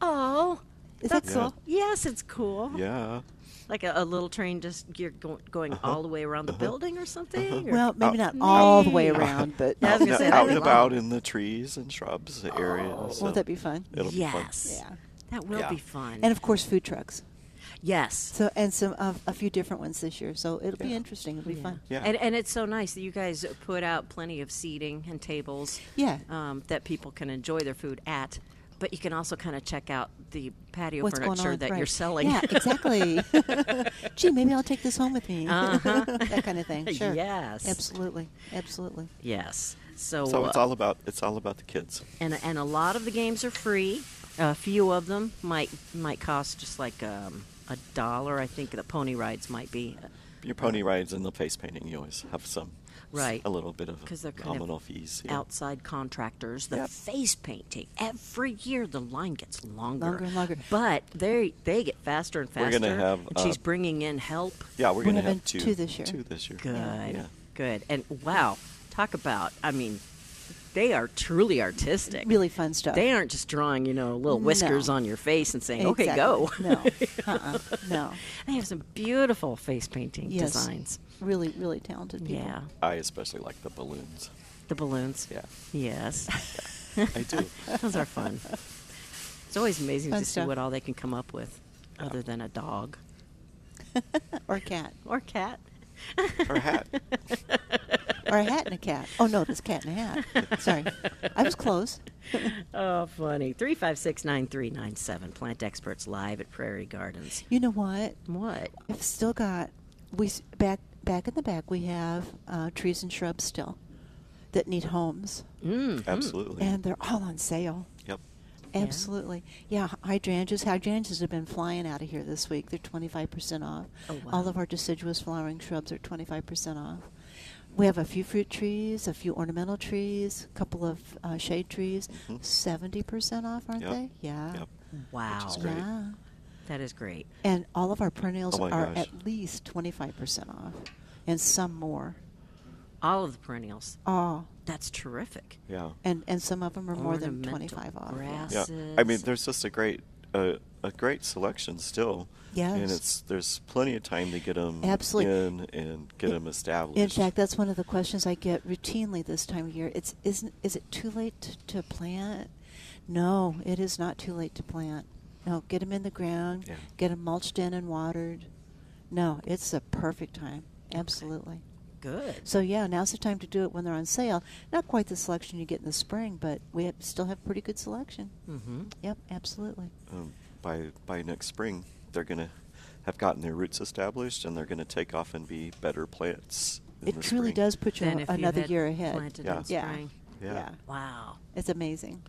S1: Oh,
S2: Is that
S1: that's
S3: Yeah.
S2: cool?
S1: cool. Yes, it's cool.
S3: Yeah. Uh-huh.
S1: Like a, a little train just you're go- going all the way around the building or something? or-
S2: Well, maybe
S3: Out-
S2: not all the way
S1: Mm.
S2: around, but
S1: Yeah, I was gonna
S3: No,
S1: say,
S3: out
S1: that'd
S3: and
S1: be
S3: about
S1: long.
S3: in the trees and shrubs area. so
S2: won't that be fun?
S3: It'll
S1: yes.
S2: Yeah.
S1: That will
S3: Yeah.
S1: be fun.
S2: And of course, food trucks.
S1: yes.
S2: So and some of a few different ones this year. So it'll be
S3: Yeah.
S2: interesting. It'll be fun.
S3: Yeah.
S1: And, and it's so nice that you guys put out plenty of seating and tables
S2: Yeah.
S1: um, that people can enjoy their food at, but you can also kind of check out the patio
S2: What's going
S1: furniture
S2: on?
S1: that you're
S2: Right.
S1: selling.
S2: Yeah, exactly. Gee, maybe I'll take this home with me. that kind of thing. Sure.
S1: Uh-huh. Yes.
S2: Absolutely. Absolutely.
S1: yes. So,
S3: So it's
S1: uh,
S3: all about it's all about the kids.
S1: and and a lot of the games are free. A few of them might might cost just like um, a dollar. I think the pony rides might be.
S3: Your pony rides and the face painting. You always have some.
S1: Right.
S3: a little bit of
S1: 'Cause they're kind of
S3: nominal fees. yeah.
S1: Outside contractors, the
S3: Yep.
S1: face painting. Every year, the line gets longer,
S2: Longer and longer.
S1: But they they get faster and
S3: We're
S1: faster.
S3: gonna have,
S1: and she's
S3: uh,
S1: bringing in help.
S3: Yeah, we're going to
S2: Would've been
S3: have two,
S2: two this year.
S3: Two this year.
S1: Good,
S3: Yeah.
S1: good, and wow, talk about. I mean, they are truly artistic.
S2: Really fun stuff.
S1: They aren't just drawing, you know, little whiskers
S2: No.
S1: on your face and saying, "Okay,
S2: Exactly.
S1: go."
S2: No. Uh-uh. No.
S1: They have some beautiful face painting
S2: Yes.
S1: designs.
S2: Really, really talented people.
S1: Yeah,
S3: I especially like the balloons.
S1: the balloons.
S3: Uh, Yeah.
S1: Yes,
S3: I do.
S1: those are fun. It's always amazing
S2: Fun
S1: to see
S2: stuff.
S1: what all they can come up with, other than a dog
S2: Or a cat.
S1: or cat.
S3: Her hat.
S2: Or a hat and a cat. Oh, no, that's cat and a hat. Sorry. I was close.
S1: Oh, funny. Three five six nine three nine seven. Plant experts live at Prairie Gardens.
S2: You know what?
S1: What?
S2: I've still got we s- back back in the back. We have uh, trees and shrubs still that need homes,
S1: Mm-hmm.
S3: Absolutely.
S2: and they're all on sale.
S3: yep.
S2: Absolutely, yeah. Hydrangeas, hydrangeas have been flying out of here this week. They're twenty five percent off.
S1: Oh,
S2: All
S1: wow.
S2: of our deciduous flowering shrubs are twenty five percent off. We have a few fruit trees, a few ornamental trees, a couple of uh, shade trees,
S3: Mhm.
S2: 70 percent off, aren't
S3: Yep.
S2: they? Yeah.
S3: Yep.
S1: Wow.
S3: is great.
S2: Mm. Yeah.
S1: That is great.
S2: And all of our perennials
S3: Oh my
S2: are
S3: gosh.
S2: at least 25% off, and some more.
S1: All of the perennials.
S2: Oh,
S1: That's terrific.
S3: Yeah.
S2: and, and some of them are more than
S1: Ornamental
S2: 25 off. yeah.
S1: grass.
S3: yeah. I mean,
S1: Says-
S3: there's just a great, uh, a great selection still. And
S2: Yes.
S3: it's there's plenty of time to get them
S2: Absolutely.
S3: in and get them established.
S2: In fact, that's one of the questions I get routinely this time of year. It's isn't is it too late t- to plant? No, it is not too late to plant. No, get them in the ground,
S3: Yeah.
S2: get them mulched in and watered. No, it's the perfect time. Absolutely.
S1: Good.
S2: So yeah, now's the time to do it when they're on sale. Not quite the selection you get in the spring, but we have, still have pretty good selection.
S3: Hmm.
S1: Mm-hmm.
S2: Yep, absolutely.
S3: um, by by next spring, they're gonna have gotten their roots established, and they're gonna take off and be better plants. In
S2: It
S3: the
S2: truly
S3: spring.
S2: does put you
S1: Than if you
S2: another
S1: had
S2: year ahead.
S1: planted
S3: Yeah.
S1: in
S2: yeah.
S1: spring.
S3: Yeah.
S1: Wow.
S2: it's amazing.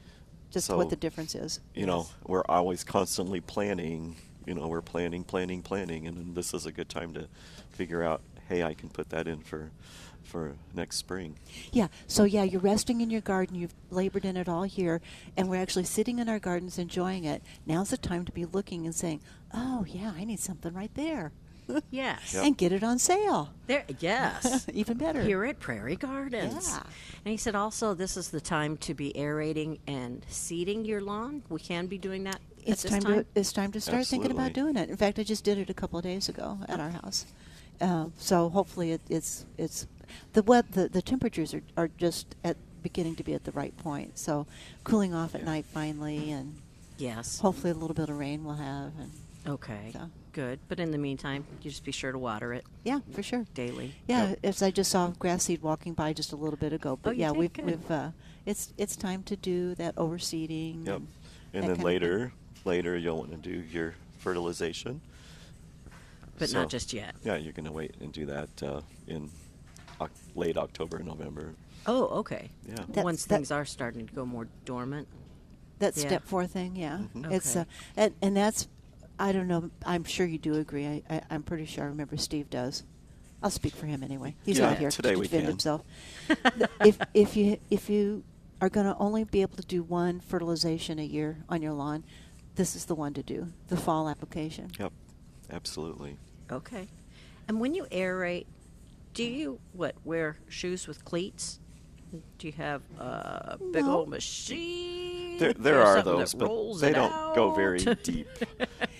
S2: Just
S3: So-
S2: what the difference is.
S3: You know, we're always constantly planning. You know, we're planning, planning, planning, and then this is a good time to figure out. Hey, I can put that in for for next spring.
S2: Yeah. So yeah, you're resting in your garden. You've labored in it all year, and we're actually sitting in our gardens enjoying it. Now's the time to be looking and saying, "Oh yeah, I need something right there,"
S1: Yes.
S3: Yep.
S2: and get it on sale.
S1: There. Yes.
S2: Even better.
S1: Here at Prairie Gardens.
S2: Yeah.
S1: And he said also this is the time to be aerating and seeding your lawn. We can be doing that at
S2: it's
S1: this
S2: time,
S1: time.
S2: to it's time to start thinking about
S3: Absolutely.
S2: doing it. In fact, I just did it a couple of days ago at our house. Uh, so hopefully it, it's it's the wet the, the temperatures are, are just at beginning to be at the right point. So cooling off at
S3: Yeah.
S2: night finally, and
S1: yes.
S2: hopefully a little bit of rain we'll have. And
S1: Okay.
S2: So.
S1: Good. But in the meantime, you just be sure to water it
S2: yeah, for sure.
S1: daily.
S2: Yeah,
S3: Yep. Oh,
S2: as I just saw grass seed walking by just a little bit ago. But
S1: you
S2: yeah,
S1: did?
S2: we've
S1: Good.
S2: we've uh, it's it's time to do that overseeding.
S3: Yep.
S2: that
S3: And
S2: kind of
S3: then
S2: thing.
S3: later, later you'll want to do your fertilization.
S1: But
S3: So-
S1: not just yet.
S3: Yeah, you're going to wait and do that uh, in oc- late October, November.
S1: Oh, okay.
S3: Yeah.
S2: That's-
S1: Once
S2: that-
S1: things are starting to go more dormant.
S2: That
S1: Yeah. Mm-hmm.
S2: step four thing, yeah.
S3: Mhm.
S2: It's uh,
S1: Okay.
S2: and, and that's I don't know. I'm sure you do agree. I, I I'm pretty sure. I remember Steve does. I'll speak for him anyway. He's
S3: Yeah,
S2: not here
S3: today
S2: to
S3: we
S2: defend
S3: can.
S2: himself. if if you if you are going to only be able to do one fertilization a year on your lawn, this is the one to do. The fall application.
S3: Yep. Absolutely.
S1: Okay. And when you aerate, do you what wear shoes with cleats? Do you have a big
S2: No.
S1: old machine?
S3: There, there
S1: or
S3: are
S1: something that
S3: those, but
S1: rolls
S3: they
S1: it
S3: don't go
S1: out?
S3: very deep.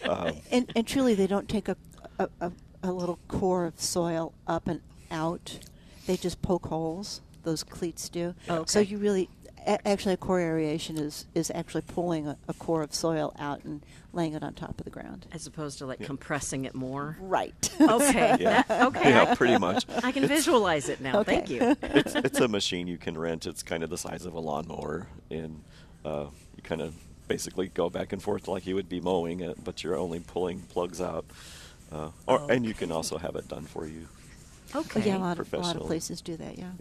S3: Um,
S2: And and truly, they don't take a a, a a little core of soil up and out. They just poke holes. Those cleats do.
S1: Oh,
S2: So
S1: okay.
S2: you really, a- actually, a core aeration is is actually pulling a, a core of soil out and laying it on top of the ground.
S1: As opposed to like compressing it more.
S2: Right.
S1: Okay.
S3: yeah.
S1: that- okay.
S3: Yeah, pretty much.
S1: I can visualize it now.
S2: Okay.
S1: Thank you.
S3: It's, it's a machine you can rent. It's kind of the size of a lawnmower, and uh, you kind of basically go back and forth like you would be mowing it, but you're only pulling plugs out. Uh, or, And you can also have it done for you.
S1: Okay.
S2: yeah, a lot, of, a lot of
S3: Professionally.
S2: places do that. Yeah.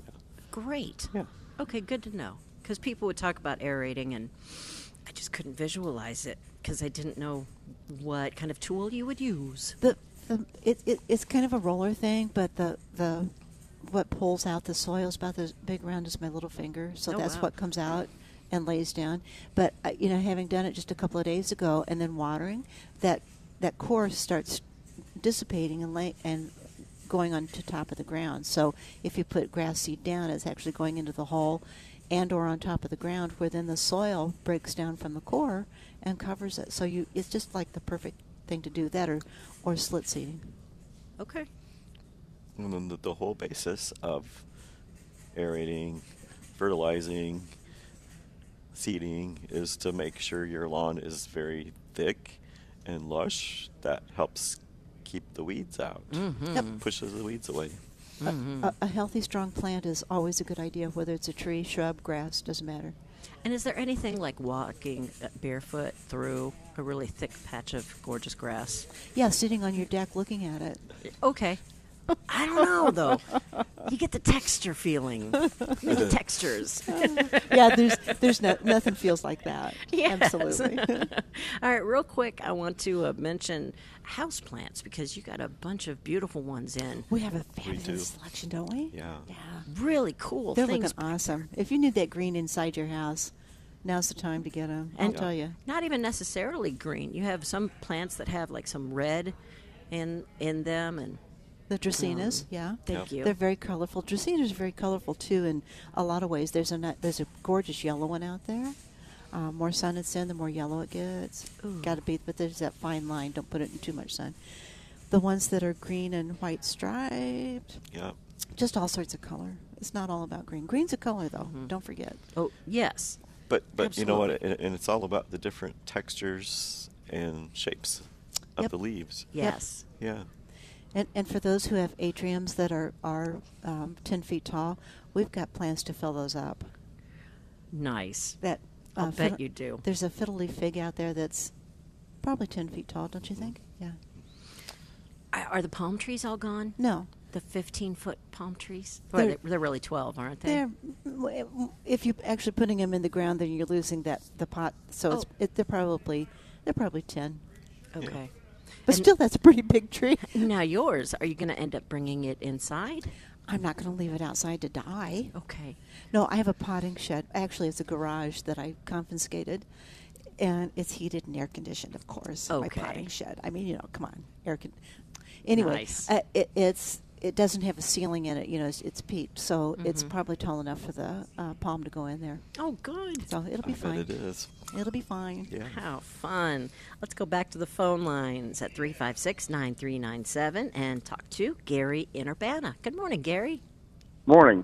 S1: Great.
S3: Yeah.
S1: Okay, good to know. Because people would talk about aerating, and I just couldn't visualize it because I didn't know what kind of tool you would use.
S2: The, the it, it, it's kind of a roller thing, but the the what pulls out the soil is about as big around as my little finger. So
S1: Oh,
S2: that's
S1: wow.
S2: what comes out and lays down. But uh, you know, having done it just a couple of days ago and then watering, that that core starts dissipating and lay, and going on to top of the ground. So if you put grass seed down, it's actually going into the hole and or on top of the ground where then the soil breaks down from the core and covers it. So you it's just like the perfect thing to do that or or slit seeding.
S1: Okay.
S3: And then the, the whole basis of aerating, fertilizing, seeding is to make sure your lawn is very thick and lush. That helps keep the weeds out,
S2: Yep.
S3: pushes the weeds away.
S1: Mm-hmm.
S2: A, a healthy, strong plant is always a good idea, whether it's a tree, shrub, grass, doesn't matter.
S1: And is there anything like walking uh, barefoot through a really thick patch of gorgeous grass?
S2: Yeah, sitting on your deck looking at it.
S1: Okay. I don't know though. You get the texture feeling. Little textures.
S2: Yeah, there's there's no, nothing feels like that.
S1: Yes.
S2: Absolutely.
S1: All right, real quick, I want to uh, mention houseplants because you got a bunch of beautiful ones in.
S2: we have a
S3: do.
S2: fabulous selection, don't we?
S3: Yeah.
S1: Really cool
S2: They're
S1: things.
S2: looking awesome. If you need that green inside your house, now's the time to get them. I'll
S1: And-
S2: tell you.
S1: Not even necessarily green. You have some plants that have like some red in in them and
S2: The dracenas, yeah.
S1: thank Yep. you.
S2: They're very colorful. Dracenas are very colorful too in a lot of ways. There's a ni- there's a gorgeous yellow one out there. Uh, more sun it's in, the more yellow it gets. Got to be, but there's that fine line. Don't put it in too much sun. The ones that are green and white striped,
S3: Yeah.
S2: just all sorts of color. It's not all about green. Green's a color though. Don't forget.
S1: oh, yes.
S3: But but you know what? And, and it's all about the different textures and shapes of
S2: Yep.
S3: the leaves.
S1: Yes.
S3: Yeah.
S2: And, and for those who have atriums that are are um, ten feet tall, we've got plans to fill those up.
S1: Nice.
S2: That uh,
S1: I'll bet
S2: fiddle-
S1: you do.
S2: There's a fiddle leaf fig out there that's probably ten feet tall, don't you think?
S1: Mm-hmm.
S2: Yeah.
S1: I- Are the palm trees all gone?
S2: No,
S1: The 15 foot palm trees? Well,
S2: They're-
S1: they're, they're really 12, aren't they?
S2: they're if you're actually putting them in the ground, then you're losing that the pot. So it's,
S1: Oh.
S2: it, they're probably they're probably ten,
S1: okay.
S2: but
S1: And-
S2: still that's a pretty big tree.
S1: Now, yours, are you going to end up bringing it inside?
S2: I'm not going to leave it outside to die.
S1: Okay.
S2: No, I have a potting shed. Actually, it's a garage that I confiscated, and it's heated and air conditioned, of course. My
S1: Okay.
S2: potting shed. I mean, you know, come on, air con. Anyway,
S1: Nice.
S2: uh, it, it's it doesn't have a ceiling in it. You know, it's, it's peaked, so it's probably tall enough for the uh, palm to go in there.
S1: Mm-hmm. Oh, good.
S2: So it'll
S3: I
S2: be
S3: bet
S2: fine.
S3: it is.
S2: It'll be fine.
S3: Yeah.
S1: How fun. Let's go back to the phone lines at 356 9397 and talk to Gary in Urbana. Good morning, Gary.
S4: Morning.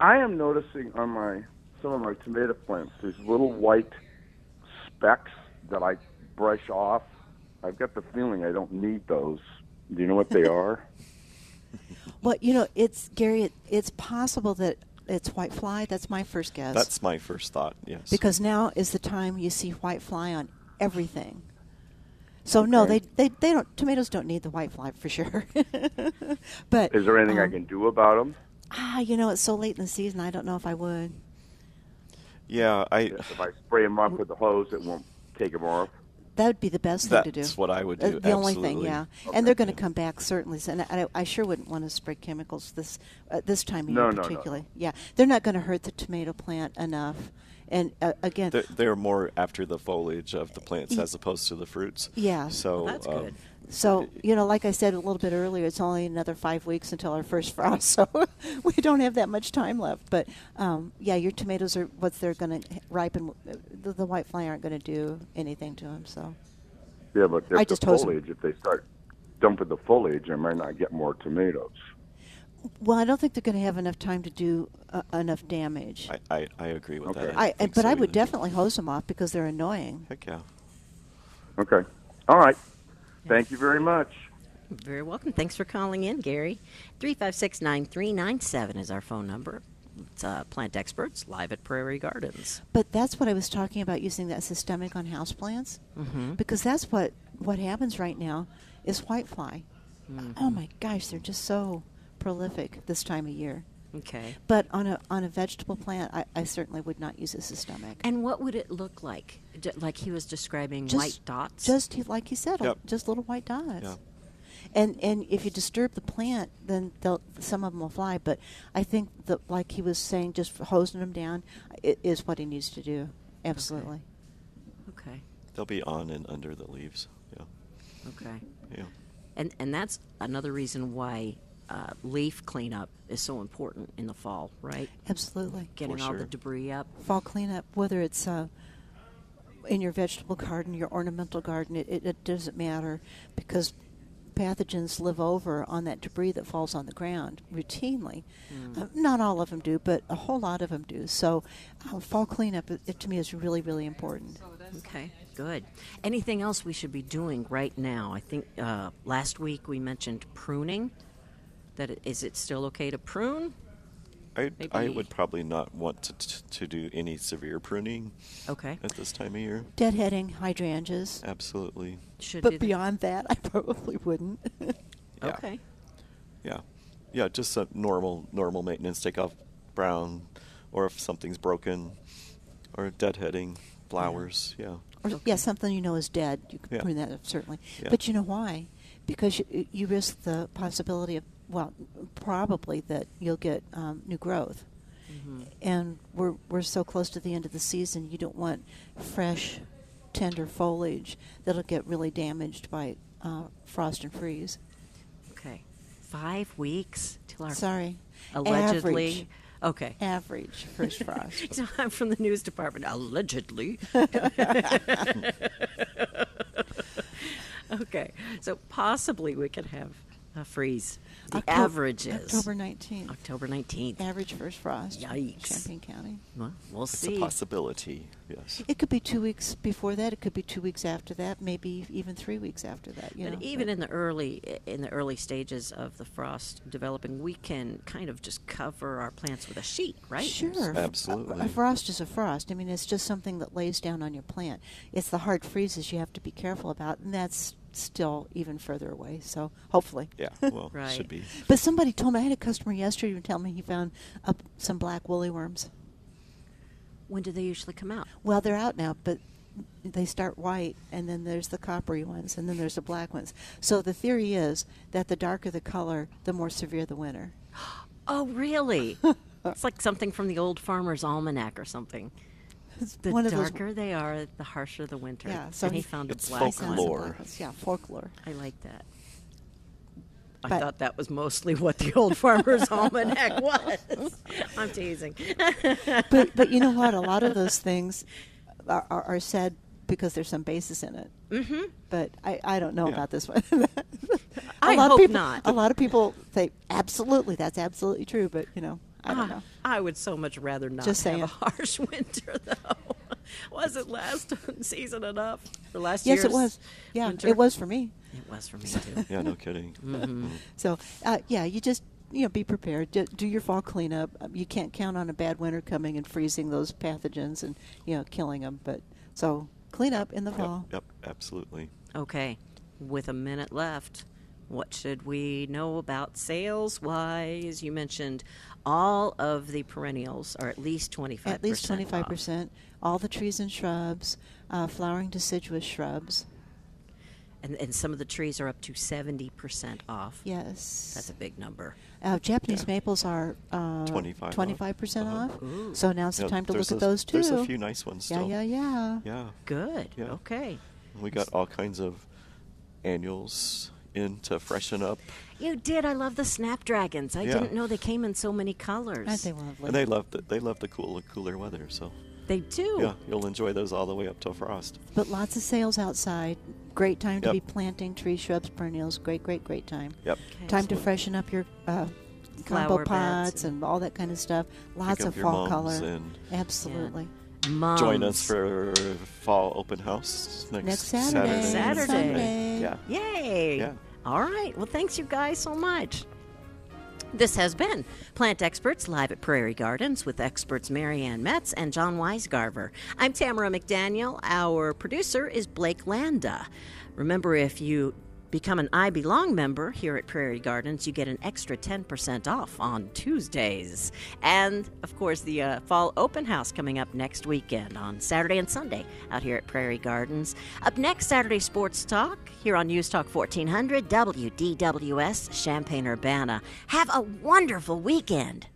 S4: I am noticing on my some of my tomato plants these little white specks that I brush off. I've got the feeling I don't need those. Do you know what they are?
S2: Well, you know, it's Gary. It, it's possible that it's white fly. That's my first guess.
S3: That's my first thought. Yes.
S2: because now is the time you see white fly on everything. So no, they,
S4: Okay.
S2: they they don't tomatoes don't need the white fly for sure. but
S4: Is there anything I
S2: um,
S4: can do about them?
S2: Ah, you know it's so late in the season. I don't know if I would.
S3: yeah, I
S4: If I spray them up with the hose, it won't take them off.
S2: That would be the best thing to do.
S3: That's what I would
S2: Uh,
S3: do,
S2: The only thing,
S3: absolutely.
S2: yeah. And they're going to come back certainly. So- And I, I sure wouldn't want to spray chemicals this uh, this time of
S4: No,
S2: year
S4: no, no.
S2: particularly. Yeah, they're not going to hurt the tomato plant enough. And uh, again,
S3: they're, they're more after the foliage of the plants
S2: Y-
S3: as opposed to the fruits.
S2: Yeah.
S3: So
S1: Well, that's
S3: um,
S1: good.
S2: So, you know, like I said a little bit earlier, it's only another five weeks until our first frost, so we don't have that much time left. But um, yeah, your tomatoes are what they're going to ripen. uh, The, the white fly aren't going to do anything to them. So,
S4: Yeah, but
S2: I
S4: if
S2: just
S4: the
S2: hose 'em.
S4: foliage, if they start dumping the foliage, I might not get more tomatoes.
S2: well, I don't think they're going to have enough time to do uh, enough damage.
S3: I, I, I agree with
S4: Okay.
S3: that.
S2: I,
S3: think
S2: but
S3: so
S2: I would
S3: either.
S2: definitely hose them off because they're annoying.
S3: Heck yeah.
S4: Okay. All right. Thank you very much.
S1: Very welcome. Thanks for calling in, Gary. 356 9397 is our phone number. It's uh, Plant Experts live at Prairie Gardens.
S2: But that's what I was talking about using that systemic on houseplants
S3: Mm-hmm.
S2: because that's what what happens right now is whitefly. Oh my gosh, they're just so prolific this time of year.
S1: Okay.
S2: But on a on a vegetable plant, I, I certainly would not use a systemic.
S1: And what would it look like? D- like he was describing
S2: Just-
S1: white dots?
S2: just he- like you said,
S3: Yep.
S2: just little white dots.
S3: Yeah.
S2: and and if you disturb the plant, then they'll, some of them will fly. But I think that, like he was saying, just hosing them down i- is what he needs to do. Absolutely.
S1: Okay.
S3: They'll be on and under the leaves. Yeah.
S1: Okay.
S3: Yeah.
S1: And and that's another reason why uh, leaf cleanup is so important in the fall, right?
S2: Absolutely.
S1: Getting all the
S3: sure.
S1: debris up.
S2: fall cleanup, whether it's uh, in your vegetable garden, your ornamental garden, it, it, it doesn't matter because pathogens live over on that debris that falls on the ground routinely. Uh, not all of them do, but a whole lot of them do. So, uh, fall cleanup it, it, to me is really, really important.
S1: Okay, good. Anything else we should be doing right now? I think uh, last week we mentioned pruning. That it, is it still okay to prune?
S3: I, I
S1: Maybe-
S3: would probably not want to, t- to do any severe pruning
S1: Okay,
S3: at this time of year.
S2: Deadheading hydrangeas,
S3: Oh, Absolutely.
S1: should do
S2: but
S1: that.
S2: beyond that, I probably wouldn't.
S3: Yeah.
S1: Okay,
S3: Yeah. Yeah, just a normal normal maintenance. Take off brown, or if something's broken, or deadheading flowers. Yeah.
S2: or yeah, something you know is dead. You could
S3: Yeah.
S2: prune that up certainly,
S3: Yeah.
S2: but you know why? Because you, you risk the possibility of well, probably that you'll get um, new growth,
S1: Mm-hmm,
S2: and we're we're so close to the end of the season. You don't want fresh, tender foliage that'll get really damaged by uh, frost and freeze.
S1: okay. Five weeks till our
S2: Sorry,
S1: allegedly. Okay.
S2: average, average first frost.
S1: So I'm from the news department. Allegedly. okay, so possibly we could have a freeze. The
S2: Octo-
S1: average is
S2: October nineteenth.
S1: October 19th.
S2: Average first frost. in
S1: Yikes.
S2: Champaign County.
S1: Well, we'll
S3: It's
S1: see.
S3: a possibility. Yes.
S2: It could be two weeks before that. It could be two weeks after that. Maybe even three weeks after that. You
S1: But
S2: know,
S1: even in the early in the early stages of the frost developing, we can kind of just cover our plants with a sheet, right?
S2: sure, f-
S3: Absolutely.
S2: A, frost is a frost. I mean, it's just something that lays down on your plant. It's the hard freezes you have to be careful about, and that's still even further away. So hopefully,
S3: Yeah. Well,
S1: Right.
S3: should be.
S2: But somebody told me I had a customer yesterday who told me he found up some black woolly worms.
S1: When do they usually come out?
S2: Well, they're out now, but they start white, and then there's the coppery ones, and then there's the black ones. So the theory is that the darker the color, the more severe the winter.
S1: Oh, really? it's like something from the old farmer's almanac or something. The
S2: one of those-
S1: darker they are, the harsher the winter.
S2: Yeah, so
S1: and he
S2: he-
S1: found a
S3: It's
S1: black
S2: Sounds
S3: folklore.
S2: like it's- Yeah, folklore.
S1: one. I like that. I
S2: But-
S1: thought that was mostly what the old farmer's almanac was. I'm teasing.
S2: but but you know what? A lot of those things are, are, are said because there's some basis in it. Mm-hmm. But I, I don't know
S3: Yeah.
S2: about this one. A
S1: I
S2: lot of
S1: hope
S2: people-
S1: not.
S2: A lot of people say absolutely that's absolutely true, but you know I don't know.
S1: Ah, I would so much rather not
S2: Just
S1: have a
S2: saying.
S1: harsh winter, though. was it last season enough? Or last
S2: Yes, it
S1: year's
S2: was. Yeah,
S1: winter?
S2: it was for me.
S1: It was for me too.
S3: Yeah. No kidding.
S2: Mm-hmm. So uh, yeah, you just you know be prepared. Ju- do your fall cleanup. Um, You can't count on a bad winter coming and freezing those pathogens and you know killing them. But so clean up in the
S3: Yep,
S2: fall.
S3: yep. Absolutely.
S1: okay, with a minute left, what should we know about sales wise? You mentioned all of the perennials are at least twenty five.
S2: At least 25%. All the trees and shrubs, uh, flowering deciduous shrubs.
S1: and and some of the trees are up to seventy percent off.
S2: Yes.
S1: that's a big number.
S2: uh, Japanese maples are uh,
S3: 25 off.
S2: 25% off.
S3: Uh-huh.
S1: Ooh.
S2: So now's the
S3: Yeah,
S2: time to
S3: there's
S2: look at
S3: a-
S2: those too.
S3: There's a few nice ones.
S2: yeah,
S3: still.
S2: yeah, yeah,
S3: Yeah.
S1: Good.
S3: Yeah.
S1: Okay.
S3: We got all kinds of annuals in to freshen up,
S1: You did. I love the snapdragons. I
S3: Yeah.
S1: didn't know they came in so many colors.
S2: Aren't they lovely?
S3: and they love the they love the cool cooler weather. So
S1: They do.
S3: yeah, you'll enjoy those all the way up till frost.
S2: but lots of sales outside. Great time to
S3: Yep.
S2: be planting tree shrubs, perennials. Great, great, great time.
S3: Yep.
S1: Okay.
S2: Time to freshen up your uh,
S1: Flower
S2: combo
S1: beds
S2: pots and all that kind of stuff. Lots
S3: up
S2: of
S3: your
S2: fall
S3: mums
S2: color.
S3: and-
S2: Absolutely.
S1: Moms.
S3: Join us for fall open house next,
S2: Next Saturday.
S3: and
S1: Saturday.
S3: Sunday. Yeah.
S1: Yay!
S3: Yeah.
S1: All right. Well, thanks you guys so much. This has been Plant Experts live at Prairie Gardens with experts Marianne Metz and John Weisgarver. I'm Tamara McDaniel. Our producer is Blake Landa. Remember, if you Become an I Belong member here at Prairie Gardens. You get an extra 10% off on Tuesdays. And, of course, the uh, fall open house coming up next weekend on Saturday and Sunday out here at Prairie Gardens. Up next, Saturday Sports Talk here on News Talk 1400 WDWS, Champaign Urbana. Have a wonderful weekend.